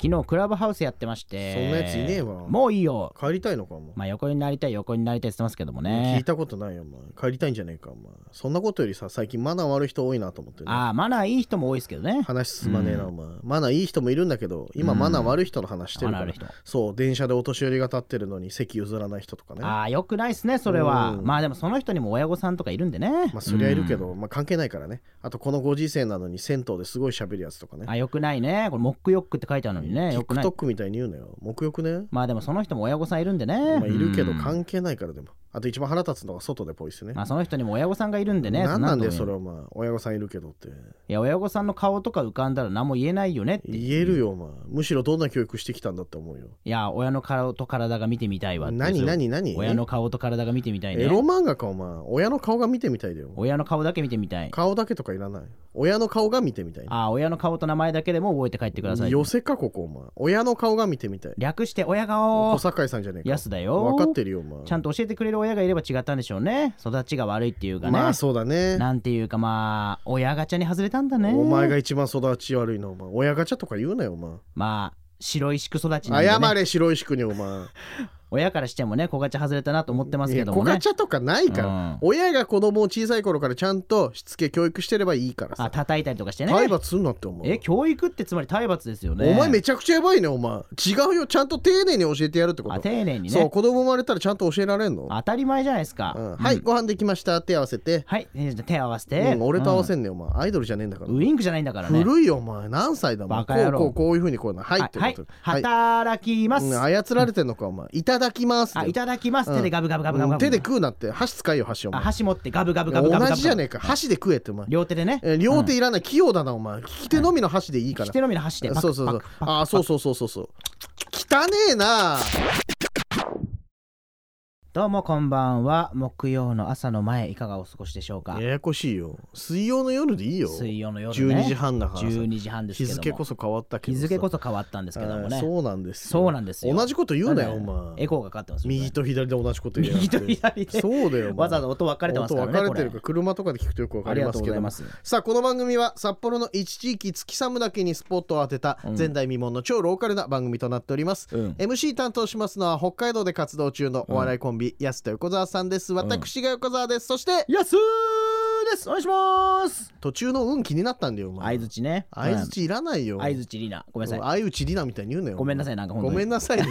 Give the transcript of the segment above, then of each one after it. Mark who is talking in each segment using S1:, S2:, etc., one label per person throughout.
S1: 昨日クラブハウスやってまして
S2: そんなやついねえわ
S1: もういいよ
S2: 帰りたいのかお前、
S1: まあ横になりたい横になりたいって言ってますけども
S2: 聞い
S1: ね
S2: たことないよお前帰りたいんじゃねえかお前そんなことよりさ最近マナー悪い人多いなと思ってね
S1: ああマナーいい人も多いですけどね
S2: 話進まねえ
S1: う
S2: な、
S1: ん
S2: お前マナーいい人もいるんだけど今
S1: うん
S2: マナー悪い人の話して
S1: マ
S2: るか
S1: ナー
S2: ら、
S1: ある人
S2: そう電車でお年寄りが立ってるのに席譲らない人とかね
S1: ああよくないっすねそれは
S2: うん
S1: まあでもその人にも親御さんとかいるんでね
S2: まあそりゃいるけど、
S1: うん
S2: まあ関係ないからねあとこのご時世なのに銭湯ですごい喋るやつとかね
S1: あよくないねこれモックヨックって書いてあるのにねよくない
S2: TikTok みたいに言うのよ目欲ね
S1: まあでもその人も親御さんいるんでね
S2: まあいるけど
S1: うん
S2: 関係ないからでもあと一番腹立つのが外でポイ捨てね
S1: まあその人にも親御さんがいるんでね
S2: なんなんだよそれ
S1: い
S2: はまあ親御さんいるけどって
S1: や親御さんの顔とか浮かんだら何も言えないよねって
S2: 言えるよまあむしろどんな教育してきたんだって思うよ
S1: いや親の顔と体が見てみたいわって
S2: 何何何
S1: 親の顔と体が見てみたい
S2: エ
S1: ね
S2: ロ漫画かお前親の顔が見てみたいだよ
S1: 親の顔だけ見てみたい
S2: 顔だけとかいらない親の顔が見てみたい
S1: ああ親の顔と名前だけでも覚えて帰ってください
S2: 寄せかここお前親の顔が見てみたい
S1: 略して親顔
S2: 小堺さんじゃねえか
S1: 安だよ
S2: 分かってるよお前
S1: ちゃんと教えてくれる親がいれば違ったんでしょうね育ちが悪いっていうかね、
S2: まあそうだね
S1: なんていうかまあ親ガチャに外れたんだね
S2: お前が一番育ち悪いのお前親ガチャとか言うなよお前
S1: まあ白石く育ちなんでね
S2: 謝れ白石君にお前
S1: 親からしてもね小ガチャ外れたなと思ってますけども
S2: いや小
S1: ね
S2: ガチャとかないから、
S1: うん
S2: 親が子供を小さい頃からちゃんとしつけ教育してればいいから
S1: あ
S2: さ
S1: 叩いたりとかしてね
S2: 体罰すんなって思う
S1: え教育ってつまり体罰ですよね
S2: お前めちゃくちゃやばいねお前違うよちゃんと丁寧に教えてやるってこと
S1: あ丁寧に
S2: そう
S1: ね
S2: 子供生まれたらちゃんと教えられんの、
S1: 当たり前じゃないですか、
S2: うんはい、
S1: うん
S2: ご飯できました手合わせて、
S1: はいえーじゃあ手合わせて、
S2: うん、俺と合わ
S1: て、
S2: せんねお前アイドルじゃねえんだから
S1: ウインクじゃないんだからね
S2: 古いよお前何歳だお前
S1: バカ野郎
S2: こうこうこういうふうにこういうのはい
S1: は
S2: っ
S1: い
S2: てこ
S1: はい
S2: と
S1: 働きます、
S2: うん操られてんのかお前いただきますだ
S1: あ
S2: よ
S1: いただきます、手でガブガブガブガブ
S2: う
S1: ガ
S2: ん
S1: ブ
S2: 手で食うなって箸使えよ箸お
S1: あ
S2: 前
S1: 箸持ってガブガブガブガブガブ
S2: 同じじゃねえか箸で食えってお前
S1: 両手でね
S2: えー両手いらない器用だなお前利き手のみの箸でいいから
S1: 利き手のみの箸でパク
S2: そうそうそう
S1: パクパク
S2: あーそうそうそうそうそう汚ねえな
S1: どうもこんばんは木曜の朝の前いかがお過ごしでしょうか
S2: ややこしいよ水曜の夜でいいよ
S1: 水曜の夜ね
S2: 12時半だからさ
S1: 12時半ですけ
S2: 日
S1: ども
S2: 付こそ変わったけ
S1: 日
S2: どさ
S1: 付こそ変わったんですけども
S2: あー
S1: ね
S2: そうなんですよ
S1: そうなんですよ
S2: 同じこと言うなよ
S1: だ
S2: お
S1: ね
S2: 前
S1: エコーがかかってますよね
S2: 右と左で同じこと言うや
S1: 右と左で
S2: そうだよお前
S1: わざわざ音分かれてますからね
S2: 音分かれてる
S1: こ
S2: か車とかで聞くとよく分
S1: れ
S2: か
S1: あ
S2: り
S1: り
S2: ま
S1: がと
S2: す
S1: う
S2: け
S1: ござ
S2: ど
S1: い
S2: も
S1: ます
S2: さあこの番組は札幌の一地域月寒だけにスポットを当てた
S1: うん
S2: 前代未聞の超ローカルな番組となっております、
S1: うん
S2: MC 担当しますのは北海道で活動中のお笑いコンビ、安田横澤さんです私が横澤ですそして
S1: やすーですお願いします
S2: 途中の運気になったんだよお前
S1: 相槌ね
S2: 相槌いらないよ
S1: うん相槌りなごめんなさい
S2: 相打ちりなみたいに言うなよ
S1: ごめんなさいなんか本当
S2: ご
S1: に
S2: めんなさいね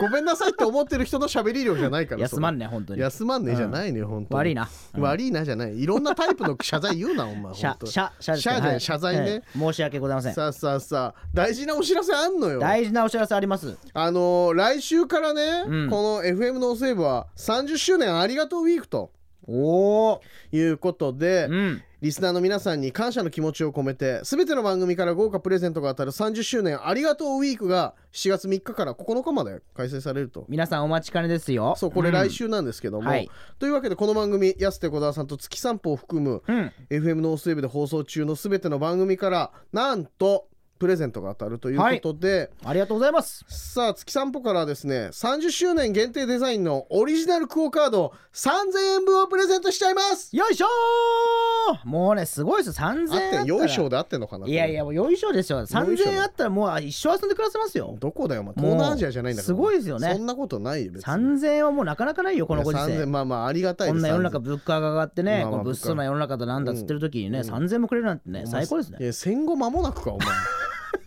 S2: ごめんなさいって思ってる人の喋り量じゃないか ら
S1: 休まん
S2: ね
S1: ね本当に
S2: 休まんねじゃないのよ、本当に
S1: 悪いなうん
S2: 悪いなじゃないいろんなタイプの謝罪言うな お前
S1: 謝
S2: 本当
S1: 謝謝ですけ
S2: 謝
S1: ど
S2: じゃん
S1: はい
S2: 謝罪ね
S1: ええ申し訳ございません
S2: さあさあさあ大事なお知らせあんのよ
S1: 大事なお知らせあります
S2: あのー来週からね、
S1: うん
S2: この FM のセーブは30周年ありがとうウィークと
S1: おお
S2: いうことで、
S1: うん
S2: リスナーの皆さんに感謝の気持ちを込めて全ての番組から豪華プレゼントが当たる30周年ありがとうウィークが7月3日から9日まで開催されると
S1: 皆さんお待ちかねですよ
S2: そうこれ
S1: ん
S2: 来週なんですけども、
S1: はい
S2: というわけでこの番組安手小沢さんと月散歩を含む
S1: うん
S2: FM ノースウェブで放送中の全ての番組からなんとプレゼントが当たるということで、
S1: ありがとうございます
S2: さあ月散歩からはですね30周年限定デザインのオリジナルクオカード3000円分をプレゼントしちゃいます
S1: よいしょーもうねすごいですよ3000円あった
S2: あっ
S1: ら
S2: てよいしょで合ってんのかない
S1: やいやもうよいしょですよ
S2: いしょ
S1: 3000円あったらもう一生遊んで暮らせますよ
S2: どこだよお前東南アジアじゃないんだから
S1: もうすごいですよね
S2: そんなことないよ別
S1: 3000円はもうなかなかないよこのご時
S2: いや3000
S1: 世
S2: まあまあありがたい
S1: こ
S2: で
S1: ん
S2: す
S1: な世の中物価が上がってね
S2: まあまあ
S1: この物騒な世の中だなんだっつってる時にね
S2: うん
S1: 3000円もくれるなんてね最高ですね
S2: ね戦後間もなく かお前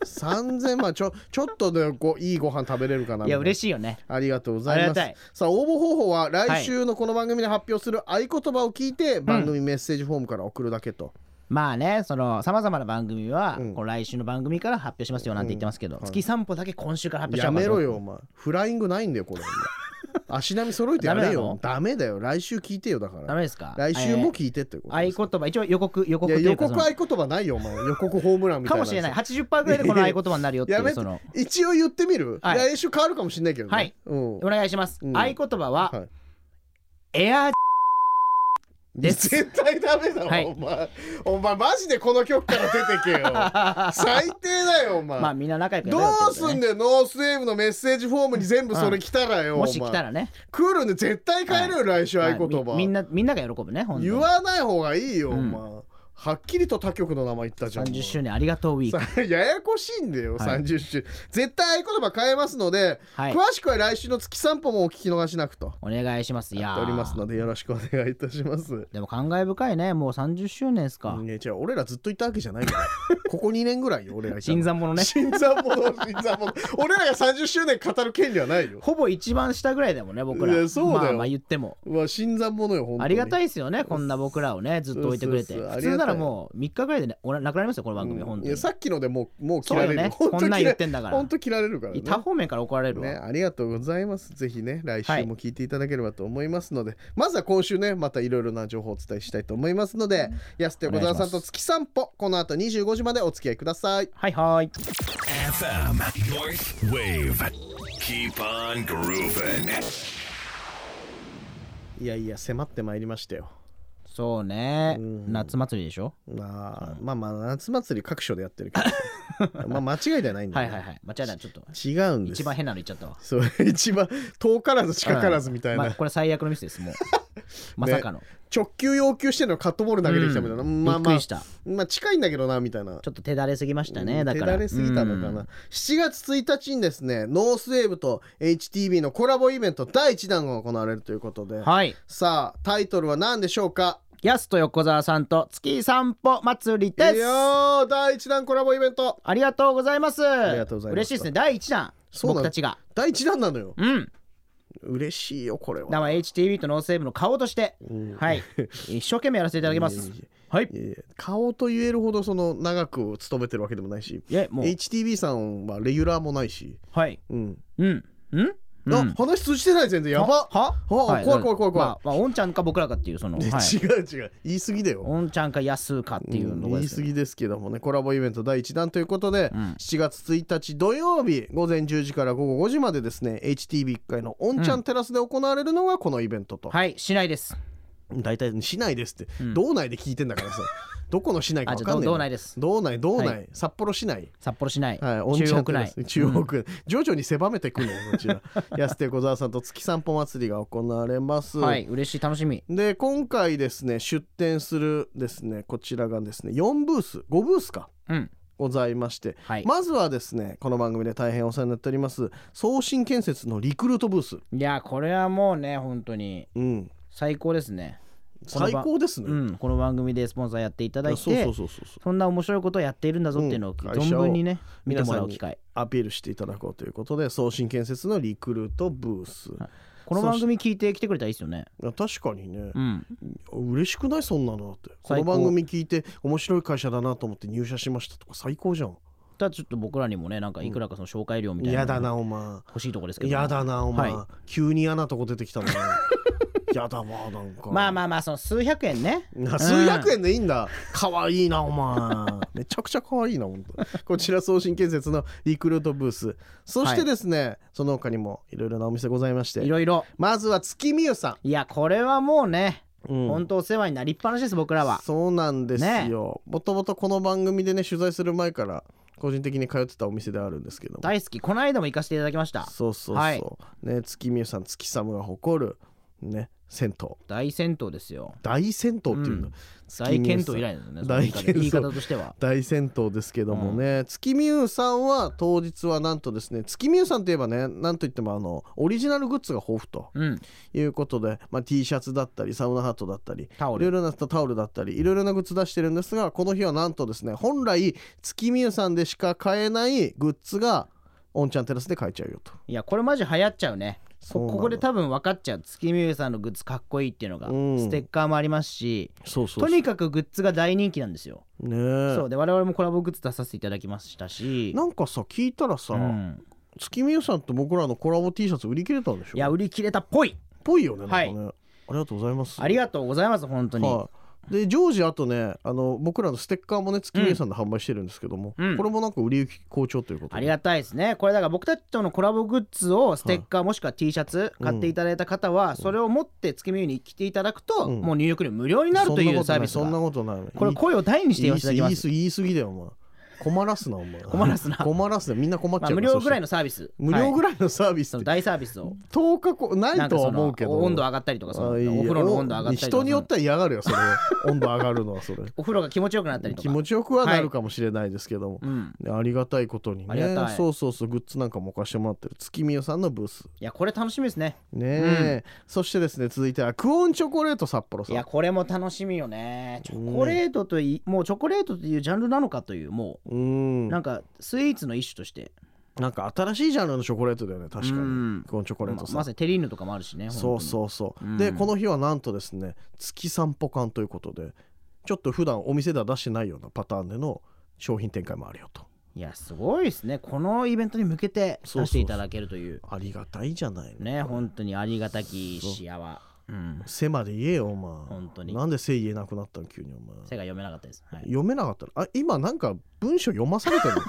S2: 3000まあちょちょっとでごいいご飯食べれるかない
S1: いや嬉
S2: し
S1: し
S2: い
S1: いよね
S2: ありがとうござい
S1: ありが
S2: ます
S1: たい
S2: さあ応募方法は来週のこの番組で発表する合言葉を聞いて番組メッセージフォームから送るだけと、
S1: まあねそのさまざまな番組は
S2: うん
S1: こう来週の番組から発表しますよなんて言ってますけど月散歩だけ今週から発表しちゃ
S2: や
S1: うから
S2: めろよお前フライングないんだよ これ足並み揃えてやれよダメだよ来週聞いてよだか
S1: ダ
S2: ら
S1: メですか
S2: 来週も聞いてってこと
S1: 合
S2: で
S1: 言
S2: すよ
S1: 葉一応予告予告
S2: い
S1: と
S2: や
S1: い
S2: 予
S1: うかその
S2: 告合言葉ないよお前 予告ホームランみた
S1: か
S2: いな
S1: もしれない80%ぐらいでこの合言葉になるよってい
S2: や
S1: う
S2: め
S1: その
S2: 一応言ってみる、
S1: はい
S2: 来週変わるかもしれないけどね、
S1: はい
S2: うん
S1: お、願いします
S2: うん
S1: 合言葉は
S2: はい
S1: エアです
S2: 絶対ダメだわ、
S1: はい
S2: お前お前マジでこの曲から出てけ よ最低だよお前、
S1: まあみんな仲良くや
S2: ど
S1: ろよ
S2: う
S1: ってこと
S2: す
S1: ね
S2: んだよ、ノースウェーブのメッセージフォームに全部それ来たらよ、
S1: もし来た
S2: ら
S1: らね
S2: 来るんで絶対変えるよ、来週合言葉、
S1: まあみみんなみんなが喜ぶね本当に
S2: 言わない方がいいよ、お前はっきりと他局の名前言ったじゃん
S1: 30周年ありがとうウィーク。
S2: さ ややこしいんだよ、
S1: はい
S2: 30週絶対合言葉変えますので、
S1: はい。
S2: 詳しくは来週の月散歩もお聞き逃しなくと
S1: お願いします。い
S2: や
S1: や
S2: っております
S1: ー
S2: のでよろしくお願いいたします
S1: でも感慨深いね。もう30周年ですか。
S2: ね違う俺らずっといたわけじゃないから ここ2年ぐらいよ俺らいたの
S1: 新参者ね。
S2: 新参者新参者俺らが30周年語る権利はないよ
S1: ほぼ一番下ぐらいだもんね、僕ら。
S2: いやそうだよ
S1: まあまあ言っても。
S2: うわ新参者よ本当に
S1: ありがた
S2: い
S1: いですよね、こんな僕らをね、ずっと置いてくれて。
S2: そうそうそ
S1: 普
S2: う
S1: 通ならもう3日ぐらいでねおななくなりますよ、この番組、本当
S2: いや
S1: に。
S2: さっきのでもうもう切
S1: そう
S2: ら
S1: よ
S2: れる
S1: ね、
S2: 本当
S1: こんなん
S2: 切
S1: 言
S2: ら
S1: ってんだから
S2: 本。当切られるからね
S1: 他方面から怒られる
S2: ね、
S1: わ。
S2: ありがとうございます。ぜひね、来週も聞いていただければと思いますので、まずは今週ね、またいろいろな情報をお伝えしたいと思いますので、安手小沢さんと月散歩、この後25時までお付き合いください。
S1: はいはい。
S3: FM North Wave. Keep on grooving.
S2: いやいや、迫ってまいりましたよ。
S1: そうね、
S2: うん
S1: 夏祭りでしょ
S2: まあ、まあまあ、夏祭り各所でやってるけ ど、まあ間違いではないんだ
S1: は
S2: よ
S1: い
S2: ね
S1: はいはい。間違いない、ちょっと。
S2: 違うんです。
S1: 一番変なの言っちゃったわ。
S2: そう、一番遠からず近からずみたいな。
S1: まあこれ最悪のミスです、 もう。まさかの。
S2: 直球要求してるのカットボール投げてきたみたいな。
S1: うん
S2: まあ
S1: びっく
S2: まあ
S1: りし、た。
S2: まあ近いんだけどな、みたいな。
S1: ちょっと手だれすぎましたね、
S2: うん
S1: だから。
S2: 手だれすぎたのかな、
S1: うん
S2: 7月1日にですねノースウェーブと HTB のコラボイベント第1弾が行われるということで、
S1: はい。
S2: さあタイトルは何でしょうか
S1: ヤスと横澤さんと月散歩祭りで
S2: い
S1: す
S2: や。ー第1弾コラボイベント
S1: ありがとうございます。あ
S2: りがとうございます
S1: 嬉しいですね。第一弾。
S2: そうな
S1: 僕
S2: の
S1: たちが。
S2: 第1弾なのよ
S1: うん。
S2: 嬉しいよこれ
S1: だ
S2: は、
S1: から HTV とノーセーブの顔として、
S2: うん
S1: はい。一生懸命やらせていただきま
S2: いえ
S1: す
S2: いえい。
S1: はい。
S2: いやいや顔と言えるほどその長く勤めてるわけでもないし
S1: いや、もう。
S2: HTB さんはレギュラーもないし
S1: はい。
S2: うん、
S1: うん。うんう
S2: あ
S1: ん
S2: 話通じてない全然やばっ
S1: は
S2: あ怖い怖い怖い怖い、
S1: まあまあ、おんちゃんか僕らかっていう、その、
S2: で
S1: はい
S2: 違う違う言い過ぎだよ
S1: おんちゃんかやすかっていうの
S2: うん
S1: が
S2: 言
S1: で
S2: い
S1: す
S2: 過
S1: ね
S2: ぎですけどもねコラボイベント第1弾ということで、
S1: うん
S2: 7月1日土曜日午前10時から午後5時までですね HTB1 階のオンチャンテラスで行われるのがこのイベントと、
S1: はい、しないです。
S2: 大体市内ですって、
S1: ん
S2: 道内で聞いてんだからさ どこの市内か
S1: あ、
S2: 分
S1: じ
S2: か
S1: ゃあ、
S2: んない
S1: 道内です。
S2: 道内道内、
S1: は
S2: 札幌市内
S1: 札幌市内、
S2: はい、オンチャ
S1: 中
S2: ンテ
S1: 国
S2: ラ
S1: 内
S2: ス。中国内、徐々に狭めてくるのよこちら 安手小沢さんと月散歩祭りが行われます、
S1: はい、嬉しい、楽しみ。
S2: で今回ですね出展するですねこちらがですね4ブース5ブースか
S1: うん。
S2: ございまして、
S1: はい。
S2: まずはですねこの番組で大変お世話になっております送信建設のリクルートブース、
S1: いや、これはもうね、本当に
S2: うん、
S1: 最高ですね。この
S2: 最
S1: 番
S2: 高ですね、
S1: うん、この番組でスポンサーやっていただい
S2: あ
S1: て、
S2: そうそうそうそうそう
S1: そんな面白いことをやっているんだぞっていうのを
S2: うん会社
S1: 存
S2: を
S1: 分にね、見て
S2: 皆
S1: も
S2: さ
S1: ら
S2: ん
S1: う
S2: に
S1: 機会。
S2: アピールしていただこうということで送信建設のリクルートブース、
S1: この番組聞いてきてくれたらいいですよね。
S2: いや確かにね
S1: う、ん。
S2: 嬉しくないそんなのだってこ
S1: 最
S2: の
S1: 高
S2: 番組聞いて面白い会社だなと思って入社しましたとか最高じゃん
S1: ただちょっと僕らにもね、なんかいくらかその紹介料みたいな
S2: 嫌
S1: の
S2: だ
S1: が
S2: なお前
S1: 欲しいとこですけど。
S2: 嫌だなお前、
S1: はい
S2: 急に嫌なとこ出て きたな嫌だわなんか
S1: まあまあまあ、その数百円ね。
S2: な数百円でいいんだ、かわいいなお前めちゃくちゃかわいいな本当こちら送信建設のリクルートブースそしてですね、その他にもいろいろなお店ございまし
S1: い
S2: て
S1: ろいろ。
S2: まずは月美優さ
S1: いや、これはもうね、
S2: ん、うん
S1: 本当お世話になりっぱなしです、僕らは。
S2: そうなんですよもともとこの番組でね取材する前から個人的に通ってたお店であるんですけども
S1: 大好き。この間も行かせていただきました。
S2: そうそうそう、
S1: はい
S2: ね、月美優さん月サムが誇るね銭湯
S1: 大戦闘ですよ。
S2: 大銭湯っていうの、
S1: うん
S2: 月
S1: 大
S2: 見湯
S1: 健
S2: さん
S1: 闘以来ですよね。
S2: 大
S1: その言い方
S2: 健闘
S1: 言い方としては。
S2: 大戦闘ですけどもね、月見湯さんは当日はなんとですね月見湯さんといえばねなんといってもあのオリジナルグッズが豊富と
S1: うん。
S2: いうことで、まあ、T シャツだったりサウナハットだったり
S1: タオ
S2: いろい
S1: ル。
S2: ろなタオルだったりいろいろなグッズ出してるんですがこの日はなんとですね本来月見湯さんでしか買えないグッズがオンチャンテラスで買えちゃうよと。
S1: いや、これマジ流行っちゃうね。
S2: そう
S1: こ
S2: なの
S1: ここで多分分かっちゃう月見ゆさんのグッズかっこいいっていうのが、
S2: うん
S1: ステッカーもありますし
S2: そうそ
S1: とにかくグッズが大人気なんですよ、
S2: ね
S1: そうで我々もコラボグッズ出させていただきましたし
S2: なんかさ聞いたらさ、
S1: うん、
S2: 月見湯さんと僕らのコラボ T シャツ売り切れたんでしょ
S1: いや売り切れたっぽい
S2: ぽいよねなんかね、
S1: はい
S2: ありがとうございます
S1: ありがとうございます本当に、
S2: はい、で常時あとねあの僕らのステッカーもね月見さんで販売してるんですけども、
S1: うん
S2: これもなんか売り行き好調ということで
S1: ありがたいですねこれだから僕たちとのコラボグッズをステッカーもしくは T シャツ買っていただいた方は、それを持って月見湯に来ていただくと、
S2: うん
S1: もう入浴料無料になるというサービス
S2: そんな
S1: が
S2: ことないそんなことな
S1: これ
S2: い
S1: 声を大にして
S2: 言
S1: 言
S2: い
S1: わせていただき
S2: 言
S1: ま
S2: い
S1: す
S2: 過ぎ言い過ぎだよお前困らすなお前
S1: 困らすな
S2: 困らすなみんな困っち
S1: まあ、
S2: ゃう
S1: 無料ぐらい
S2: の
S1: のサービス
S2: 無料
S1: はい
S2: ぐらいのサービス
S1: そ
S2: っ
S1: の
S2: て
S1: 大サービスを
S2: 10日こない
S1: なん
S2: と
S1: か
S2: は
S1: そ
S2: 思
S1: の
S2: うけど
S1: 温度上がったりとかそのお
S2: あいいよ
S1: 風呂の温度上がったりとか
S2: 人によっては嫌がるよそれ温度上がるのはそれ
S1: お風呂が気持ちよくなったりとか
S2: 気持ちよくはなるかもしれないですけども、
S1: うん
S2: でありがたいことに
S1: あり
S2: ね
S1: がたい
S2: そうそうそうグッズなんかも置かしてもらってる月見よさんのブース
S1: いやこれ楽しみですね
S2: ねえ、そしてですね続いてはクオンチョコレート札幌さ
S1: い
S2: ん
S1: やこれも楽しみよねチョコレートといもうチョコレートというジャンルなのかというも
S2: う
S1: うんなんかスイーツの一種として
S2: なんか新しいジャンルのチョコレートだよね確かに、
S1: うん
S2: クオンチョコレー
S1: ま
S2: トさん、
S1: まさにテリーヌとかもあるしね
S2: そう
S1: う
S2: そうそう、
S1: うん
S2: でこの日はなんとですね月散歩館ということでちょっと普段お店では出してないようなパターンでの商品展開もあるよと
S1: いやすごいですねこのイベントに向けて
S2: そうそうそう
S1: 出していただけるという
S2: ありがたいじゃないの
S1: ね本当にありがたき幸せうん
S2: 背まで言えよお前
S1: 本当に
S2: なんで背言えなくなったの急にお前
S1: 背が読めなかったです、はい、
S2: 読めなかったらあ今なんか文章読まされ てるの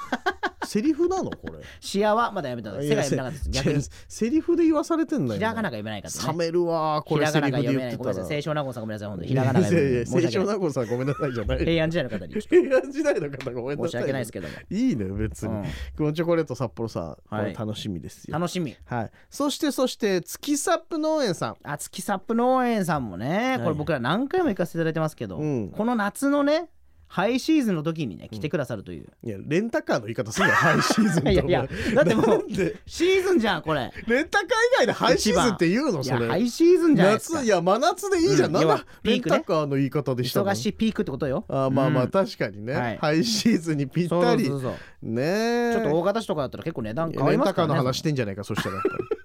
S2: セリフなのこれ
S1: 幸はまだ読めたの背が読めなかったです逆
S2: いや
S1: に
S2: せセリフで言わされてんだよ
S1: ひらがなが読めないかった
S2: 冷
S1: ね
S2: めるわーこ
S1: ひ
S2: れ
S1: ら
S2: セ
S1: がな
S2: リ
S1: が
S2: フで
S1: 読めない
S2: 言って
S1: ごめんな
S2: たら
S1: さい清少納言さんごめんなさい本当にひ
S2: いや
S1: ら
S2: い
S1: がなが読めな
S2: や
S1: い
S2: い
S1: 申し
S2: 清
S1: 訳な
S2: 少
S1: い
S2: 納言さんごめんなさいじゃない
S1: 平安時代の方に申
S2: 平安時代の方ごめんなさい
S1: し訳ないですけども
S2: いいね別に、
S1: うん
S2: クロンチョコレート札幌さんこ
S1: はい
S2: れ楽しみですよ、はい
S1: 楽しみ
S2: そしてそして月サップ農園さん
S1: あ月サップ農園さんもねこれ僕ら何回も行かせていただいてますけど、
S2: うん
S1: この夏のねハイシーズンの時にね来てくださるという、
S2: いやレンタカーの言い方すんなよハイシーズンと
S1: いやいやだってもう
S2: なんで
S1: シーズンじゃんこれ
S2: レンタカー以外でハイシーズンって言うの
S1: い
S2: そ
S1: や
S2: れ
S1: ハイシーズンじゃないですか
S2: 夏いや真夏でいいじゃん、
S1: うん
S2: なん
S1: 要
S2: だ
S1: はピ
S2: レン
S1: ークね
S2: タカーの言い方でしたの
S1: 忙しいピークってことよ
S2: あーまあま
S1: う
S2: あ
S1: ん
S2: 確かにね、
S1: はい
S2: ハイシーズンにぴっ
S1: そう
S2: たり
S1: そうそう
S2: ね
S1: ち
S2: え
S1: ょっと大型市とかだったら結構値段変わり
S2: レン
S1: ます
S2: タ
S1: か
S2: カー
S1: らね
S2: の話してんじゃないかそしたらやっぱり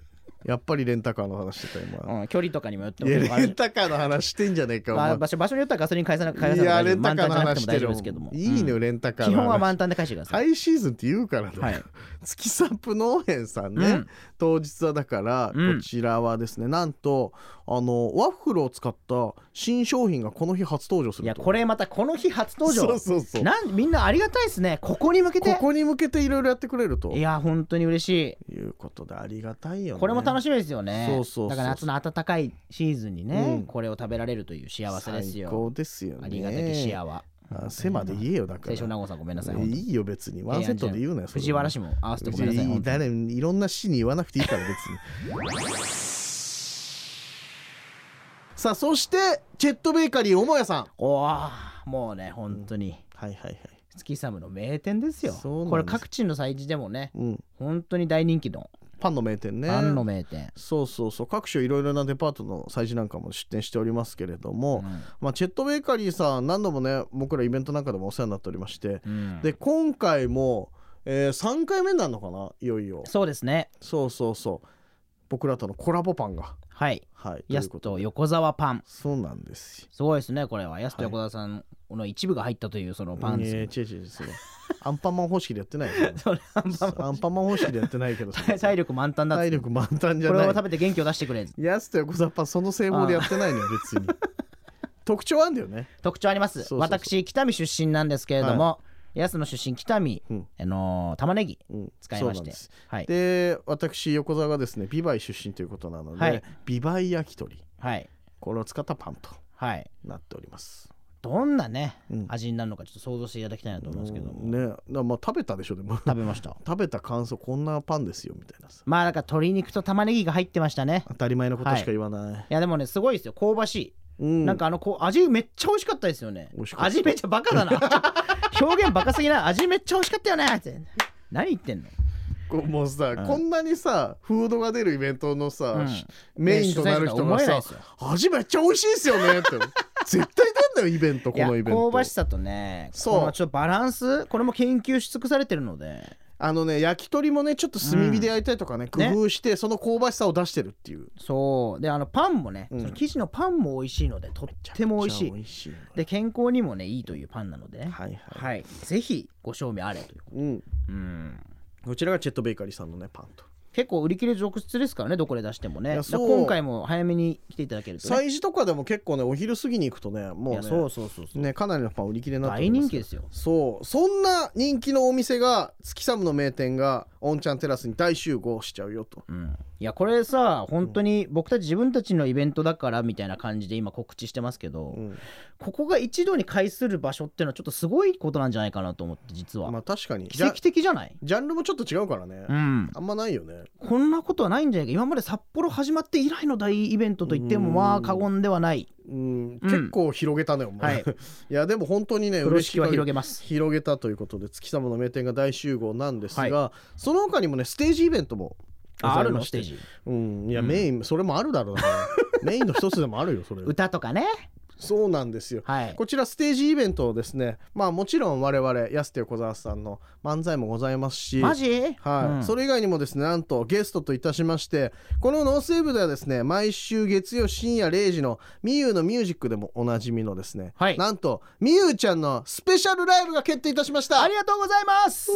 S2: やっぱりレンタカーの話してたよ 今、
S1: うん、距離とかにもよって
S2: い
S1: も
S2: や
S1: 変わる
S2: レンタカーの話してんじゃねえかお
S1: まあ
S2: 前
S1: 場所場所によってはガソリン返さな返さな
S2: い
S1: く
S2: や
S1: て
S2: レ
S1: 大
S2: ン
S1: 丈夫満
S2: タ
S1: タ
S2: カー
S1: ン
S2: の
S1: じゃなくて
S2: 話し
S1: も
S2: て
S1: 大丈
S2: る
S1: 夫ですけども
S2: いいの
S1: う
S2: よ
S1: ん
S2: レンタカー
S1: 基
S2: の話
S1: 本は満タンで返してくださ
S2: ハ
S1: い
S2: イシーズンって言うからね、
S1: はい
S2: 月サップ農園さんね、
S1: うん
S2: 当日はだから
S1: うん
S2: こちらはですね、なんとあのワッフルを使った新商品がこの日初登場する
S1: いや
S2: と
S1: これまたこの日初登場
S2: そうそうそう
S1: なんみんなありがたいですねここに向けて
S2: ここに向けていろいろやってくれると
S1: いや本当に嬉しい
S2: いうことでありがたいよね
S1: これも楽
S2: し
S1: しみですよね。
S2: そうそうそう
S1: だから夏の暖かいシーズンにね、
S2: うん
S1: これを食べられるという幸せです
S2: 最
S1: よ。
S2: 高ですよね
S1: ありがたき幸せ。
S2: あ背まで言えよだから
S1: 清少納言さんごめんなさい。
S2: いいよ別にワンセットで言うなよそれ
S1: 藤原氏も合わせてごめんなさい。
S2: いい
S1: 本当に
S2: 誰いろんな詩に言わなくていいから別に さあそしてチェットベーカリー母屋さん
S1: おーもうね本当に
S2: はいはいはい
S1: 月寒の名店ですよ。
S2: そうなんです
S1: これ各地の祭事でもね、
S2: うん
S1: 本当に大人気の
S2: パンの名店ね
S1: パンの名店。
S2: そうそうそう各種いろいろなデパートの催事なんかも出店しておりますけれども、まあ、チェットベーカリーさん何度もね僕らイベントなんかでもお世話になっておりまして、
S1: うん
S2: で今回も、えー3回目になるのかないよいよ
S1: そうですね。
S2: そうそうそう僕らとのコラボパンが
S1: はい。
S2: はい
S1: ヤ
S2: とい
S1: ス
S2: うこと
S1: と横澤パン。
S2: そうなんですよ
S1: すごいですねこれは。ヤスと横澤さんの一部が入ったというそのパンですよ
S2: え。ー違う違う違うそれアンパンマン方式でやってないけ ど
S1: それあんま
S2: アンパンマン方式でやってないけ ど
S1: 体力満タンだっつって
S2: 体力満タンじゃ
S1: これ
S2: な
S1: を
S2: い
S1: 食べて元気を出してくれ
S2: やすと横澤パンその製法でやってないの よ別に特徴あんだよね
S1: 特徴あります
S2: そうそうそう
S1: 私北見出身なんですけれども、安野出身北見、
S2: うん
S1: あのー玉ねぎ
S2: うん
S1: 使いまし
S2: そうなん
S1: て
S2: です
S1: はい
S2: で私横澤がですね美唄出身ということなので、
S1: はい
S2: 美唄焼き鳥
S1: はい
S2: これを使ったパンと
S1: はい
S2: なっております
S1: どんなね、
S2: うん
S1: 味になるのかちょっと想像していただきたいなと思いますけども、
S2: うんねなまあ食べたでしょでも
S1: 食べました
S2: 食べた感想こんなパンですよみたいなさ
S1: まあだから鶏肉と玉ねぎが入ってましたね
S2: 当たり前のことしか言わない、
S1: いやでもねすごいですよ香ばしい、
S2: うん
S1: なんかあのこう味めっちゃ美味しかったですよね
S2: 美味しかった
S1: 味めっちゃバカだ な表現バカすぎない味めっちゃ美味しかったよねって何言ってんの
S2: こうもうさ、
S1: ん
S2: こんなにさフードが出るイベントのさ、
S1: うん
S2: しメインとなる人が
S1: ね主催者とは思えない
S2: さ
S1: ですよ
S2: 「味めっちゃ美味しいですよね」って 絶対出んだよイベントこ
S1: いや
S2: のイベント
S1: 香ばしさとね
S2: そう
S1: このちょっとバランスこれも研究し尽くされてるので
S2: あのね焼き鳥もねちょっと炭火で焼いたりとかね、
S1: ね
S2: 工夫してその香ばしさを出してるっていう
S1: そうであのパンもね、
S2: うん
S1: その生地のパンも美味しいのでとっても美味しい
S2: めっちゃ美味しいの
S1: で健康にもねいいというパンなのでね
S2: はいはい、
S1: はい、ぜひご賞味あれという
S2: うん、
S1: うん
S2: こちらがチェットベーカリーさんのねパンと
S1: 結構売り切れ続出ですからねどこで出しても
S2: い
S1: ね
S2: や
S1: だから
S2: そう
S1: 今回も早めに来ていただけるとね
S2: 催事とかでも結構ねお昼過ぎに行くとねもう
S1: い
S2: ね
S1: やそうそうそうそう、
S2: ねかなりのパン売り切れになっており
S1: 大
S2: ます
S1: 人気ですよ
S2: そうそんな人気のお店が月寒の名店がオンちゃんテラスに大集合しちゃうよと
S1: うんいやこれさ本当に僕たち自分たちのイベントだからみたいな感じで今告知してますけど、
S2: ん
S1: ここが一度に会する場所っていうのはちょっとすごいことなんじゃないかなと思って実は、
S2: まあ確かに
S1: 奇跡的じゃない
S2: ジャンルもちょっと違うからね、
S1: うん
S2: あんまないよね
S1: こんなことはないんじゃないか今まで札幌始まって以来の大イベントと言ってもまあ過言ではない
S2: うん、
S1: うん
S2: 結構広げたねお前、
S1: はい
S2: いやでも本当にね
S1: 風呂敷は
S2: 嬉しい限り
S1: 広げます
S2: 広げたということで月様の名店が大集合なんですが、その他にもねステージイベントもご
S1: あ
S2: ざ
S1: あ
S2: い
S1: る
S2: ま
S1: の
S2: し
S1: ス
S2: て
S1: テージ
S2: うんいや、
S1: うん
S2: メインそれもあるだろ うなメインの一つでもあるよそれ
S1: 歌とかね
S2: そうなんですよ
S1: はい
S2: こちらステージイベントをですねまあもちろん我々安手小沢さんの漫才もございますし
S1: マジ
S2: は
S1: う
S2: い
S1: ん
S2: それ以外にもですねなんとゲストといたしましてこの「ノースウェーブ」ではですね毎週月曜深夜0時のみゆうのミュージックでもおなじみのですね、
S1: はい
S2: なんとみゆうちゃんのスペシャルライブが決定いたしました
S1: ありがとうございます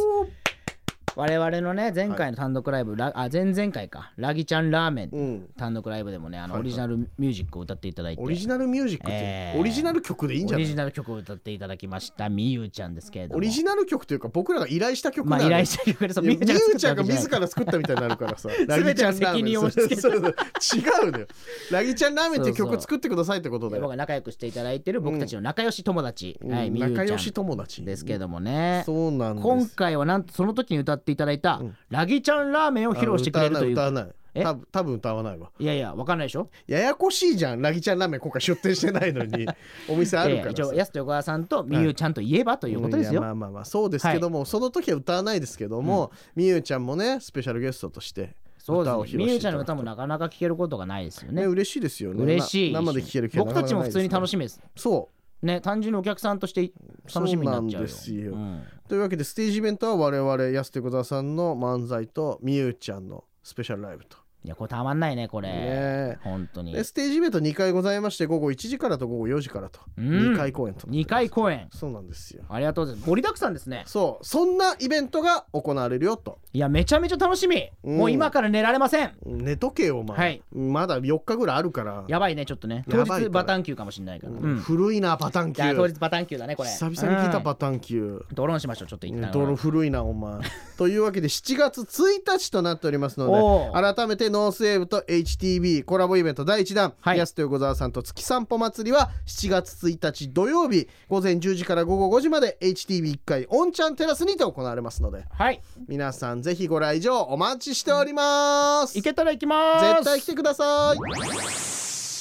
S1: 我々のね前回の単独ライブ、ラあ前々回かラギちゃんラーメン、
S2: うん、
S1: 単独ライブでもねあの
S2: はい
S1: オ
S2: はい
S1: リジナルミュージックを歌っていただいて、
S2: オリジナルミュージックって、
S1: えー
S2: オリジナル曲でいいんじゃ
S1: オ
S2: な
S1: リ
S2: い
S1: ジナル曲を歌っていただきましたみゆうちゃんですけれども
S2: オリジナル曲というか僕らが依頼した曲
S1: まあ依頼
S2: し
S1: した曲でそう
S2: み
S1: み
S2: ゆ
S1: ゆ
S2: う
S1: う
S2: ち
S1: ち
S2: ゃ
S1: ゃ
S2: ん
S1: ん
S2: が
S1: が作ったわけじゃない
S2: 自ら作ったみたいになるか らさ
S1: 全ての責任を
S2: ラギちゃんラー
S1: 押し
S2: メン
S1: 付けちゃう
S2: そうそう違うのよラギちゃんラーメンっていう
S1: そうそ
S2: 曲
S1: う
S2: 作ってくださいってことだ
S1: 僕
S2: よ
S1: が仲良くしていただいてる僕たちの仲良し友達、
S2: うん
S1: はいみゆうちゃ
S2: 仲
S1: ん
S2: 良し友達
S1: ですけどもね
S2: そうなんです
S1: 今回はなんとその時に歌っていただいた、ラギちゃんラーメンを披露してくれるという
S2: あ歌わない
S1: え
S2: 歌わない多分多分歌わないわ
S1: いやいやわかんないでしょ
S2: ややこしいじゃんラギちゃんラーメン今回出店してないのに お店
S1: いや
S2: ある
S1: いや
S2: から
S1: 一
S2: さ
S1: 応安と横川さんとみゆうちゃんといえばということです
S2: いや
S1: よ、
S2: まあまあまあそうですけども、その時は歌わないですけども、みゆちゃんもねスペシャルゲストとして
S1: そう
S2: 歌を
S1: で
S2: 披
S1: すね
S2: 露
S1: み
S2: して
S1: ゆ
S2: いう
S1: ちゃ
S2: た
S1: んの歌
S2: だくと
S1: もなかなか聴けることがないですよ
S2: ね
S1: ね
S2: 嬉しいですよね
S1: 嬉しい
S2: な生で聴けるけど
S1: 僕たちも普通に楽しみです
S2: そう
S1: ね単純にお客さんとして楽しみになっちゃうよ
S2: そうなんですよ
S1: ん
S2: というわけでステージイベントは我々安手小沢さんの漫才とみゆちゃんのスペシャルライブと、
S1: いやこれたまんないねこれ
S2: ねえ
S1: 本当に
S2: でステージイベント2回ございまして午後1時からと午後4時からと、
S1: うん
S2: 2回公演となっており
S1: 2
S2: ます
S1: 回公演
S2: そうなんですよ
S1: ありがとうございます盛りだくさんですね
S2: そうそんなイベントが行われるよと
S1: いやめちゃめちゃ楽しみ、
S2: うん
S1: もう今から寝られません
S2: 寝とけよお前、
S1: はい
S2: まだ4日ぐらいあるから
S1: やばいねちょっとね
S2: や
S1: 当
S2: ばいから
S1: 日バタン球かもしれないから、うん
S2: 古いなパタン
S1: じ
S2: 級
S1: ゃあ当日バタン球だねこれ
S2: 久々に聞いた
S1: うん
S2: パタン級、
S1: ドローンしましょうちょっと一旦
S2: どの古いなお 前というわけで7月1日となっておりますの
S1: お
S2: で改めてノースウェーブと HTB コラボイベント第1弾、
S1: はい
S2: やすと横澤さんと月散歩祭りは7月1日土曜日午前10時から午後5時まで HTB1 階オンチャンテラスにて行われますので
S1: はい
S2: 皆さんぜひご来場お待ちしております
S1: 行けたら行きます
S2: 絶対来てください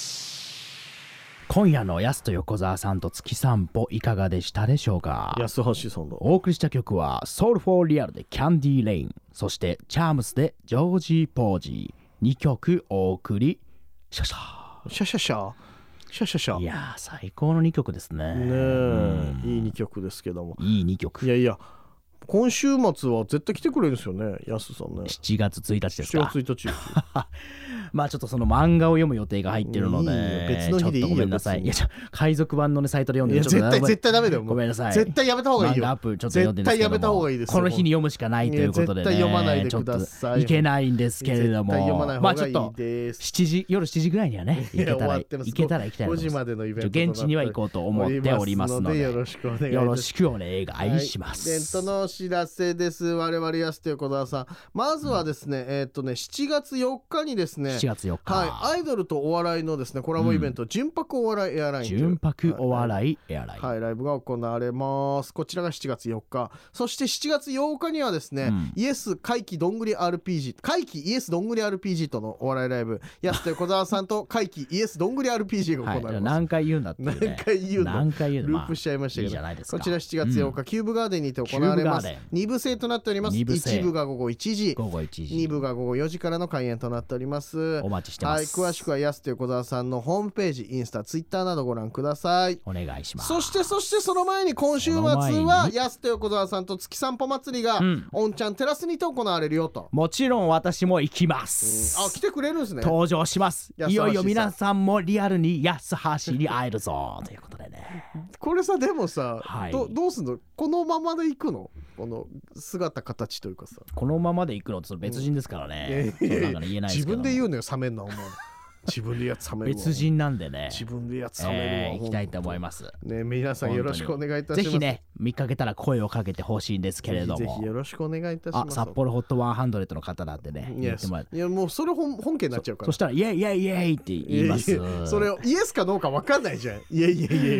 S1: 今夜のやすと横澤さんと月散歩いかがでしたでしょうか
S2: 安橋さんの
S1: お送りした曲は Soul for Real で Candy Lane そしてチャームスでジョージ・ポージー2曲お送りしました
S2: シャシャシャシャシャシャ
S1: いやー最高の2曲ですね
S2: ねえいい2曲ですけども
S1: いい2
S2: い
S1: 曲
S2: やいや今週末は絶対来てくれるんですよねやすさんね
S1: 7月1日です
S2: 7
S1: か
S2: 月1日
S1: まあちょっとその漫画を読む予定が入ってるので
S2: いいよ別の日でいい
S1: ちょ
S2: よ
S1: っとごめんなさい
S2: 別に
S1: いやちょ海賊版のねサイトで読ん
S2: い
S1: で
S2: や
S1: ちょ
S2: 絶
S1: っと
S2: 対絶対ダメだよもう
S1: ごめんなさい
S2: 絶対やめた方がいい
S1: 漫画ア
S2: よ
S1: ップちょっと読んでるんですけども
S2: 絶対やめた方がいいですよ
S1: この日に読むしかないということで、ね、
S2: いや絶対読まないでください
S1: ちょっといけないんですけれども
S2: 絶対読まない
S1: まあ
S2: 方
S1: ち
S2: が
S1: ょ
S2: い
S1: っ
S2: い
S1: と
S2: です、
S1: 7時夜7時ぐらいにはね行け
S2: いや終
S1: た
S2: わ
S1: ら
S2: ってます
S1: 行けたら行きたいと思い
S2: 5時
S1: ま
S2: ますでのイベント
S1: ちょ現地には行こうと思っておりますので
S2: よろしくお願いいたし
S1: よ
S2: ます
S1: ろしくお願いします、
S2: はいイベントのお知らせです我々やすと横澤さんまずはですね、えーっとね7月4日にですね
S1: 7月4日、
S2: はい、アイドルとお笑いのですねコラボイベント、純白お笑いエアラインという
S1: 純白お笑いエアライン、
S2: はい、ライブが行われます。こちらが7月4日。そして7月8日にはですね、
S1: うん
S2: イエス怪奇どんぐり RPG、怪奇イエスどんぐり RPG とのお笑いライブ、やすと横澤さんと 怪奇イエスどんぐり RPG が
S1: は
S2: 行
S1: い
S2: われます。
S1: 何回言うんだっていう、ね、
S2: 何回言うの
S1: 何回言うの
S2: ループしちゃいましたけど、
S1: いいじゃないですか
S2: こちら7月8日、キューブガーデンにて行わ
S1: キュー
S2: れます
S1: ブガーデン
S2: 2部制となっております
S1: 二部制
S2: 1部が午後1時
S1: 午後1時
S2: 2部が午後4時からの開演となっております
S1: お待ちしてます
S2: はい、詳しくはやすと横澤さんのホームページインスタツイッターなどご覧ください
S1: お願いします
S2: そしてそしてその前に今週末
S1: その前
S2: は
S1: に
S2: やすと横澤さんと月散歩祭りが
S1: ん
S2: おんちゃんテラスにて行われるよと、
S1: もちろん私も行きま
S2: あ
S1: す、
S2: 来てくれるんですね
S1: 登場します
S2: 安橋さん
S1: いよいよ皆さんもリアルに安橋に会え るぞということでね
S2: これさでもさ、
S1: はい
S2: どどうすんのこのままで行くのこの姿形というかさ
S1: このままで行くのと別人ですからね。
S2: いやいやいや
S1: そうなんかね言えないで
S2: 自
S1: すけど
S2: 分で言うのよ冷めんなお前自分でやつ冷めるわ
S1: 別人なんでね。
S2: 自分でやつ冷める
S1: え
S2: わ、
S1: ー行きたいと思います。
S2: ね皆さんよろしくお願いいたします
S1: ぜひね、見かけたら声をかけてほしいんですけれども。
S2: ぜひぜひよろしくお願いいたし
S1: あ
S2: ます
S1: 札幌ホット100の方なんでね、
S2: い
S1: 言
S2: や
S1: ってもらえ
S2: いやもうそれ本本家になっちゃうから
S1: そしたら、イェイイェイイェイって言います
S2: いやい。やそれをイエスかノーか分かんないじゃんいやいや
S1: いや
S2: いや
S1: いやいや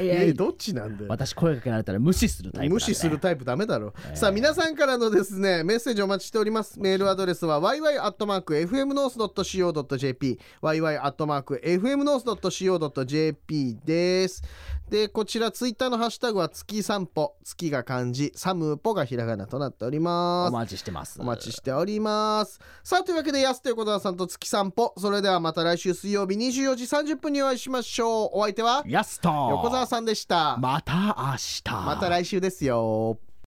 S1: い
S2: い
S1: や
S2: やどっちなんだよ
S1: 私声かけられたら無視するタイプなんで。
S2: 無視するタイプダメだろ、
S1: えー
S2: さあ皆さんからのですねメッセージお待ちしておりますメールアドレスは yy.fmnorth.co.jp yy.fmnorth.co.jp ですでこちらツイッターのハッシュタグは月散歩月が漢字サムポがひらがなとなっておりま
S1: お
S2: す
S1: 待ちしてます。
S2: お待ちしておりますさあというわけで安と横澤さんと月散歩それではまた来週水曜日24時30分にお会いしましょうお相手は
S1: やすと
S2: 横澤さんでした
S1: また明日。
S2: また来週ですよ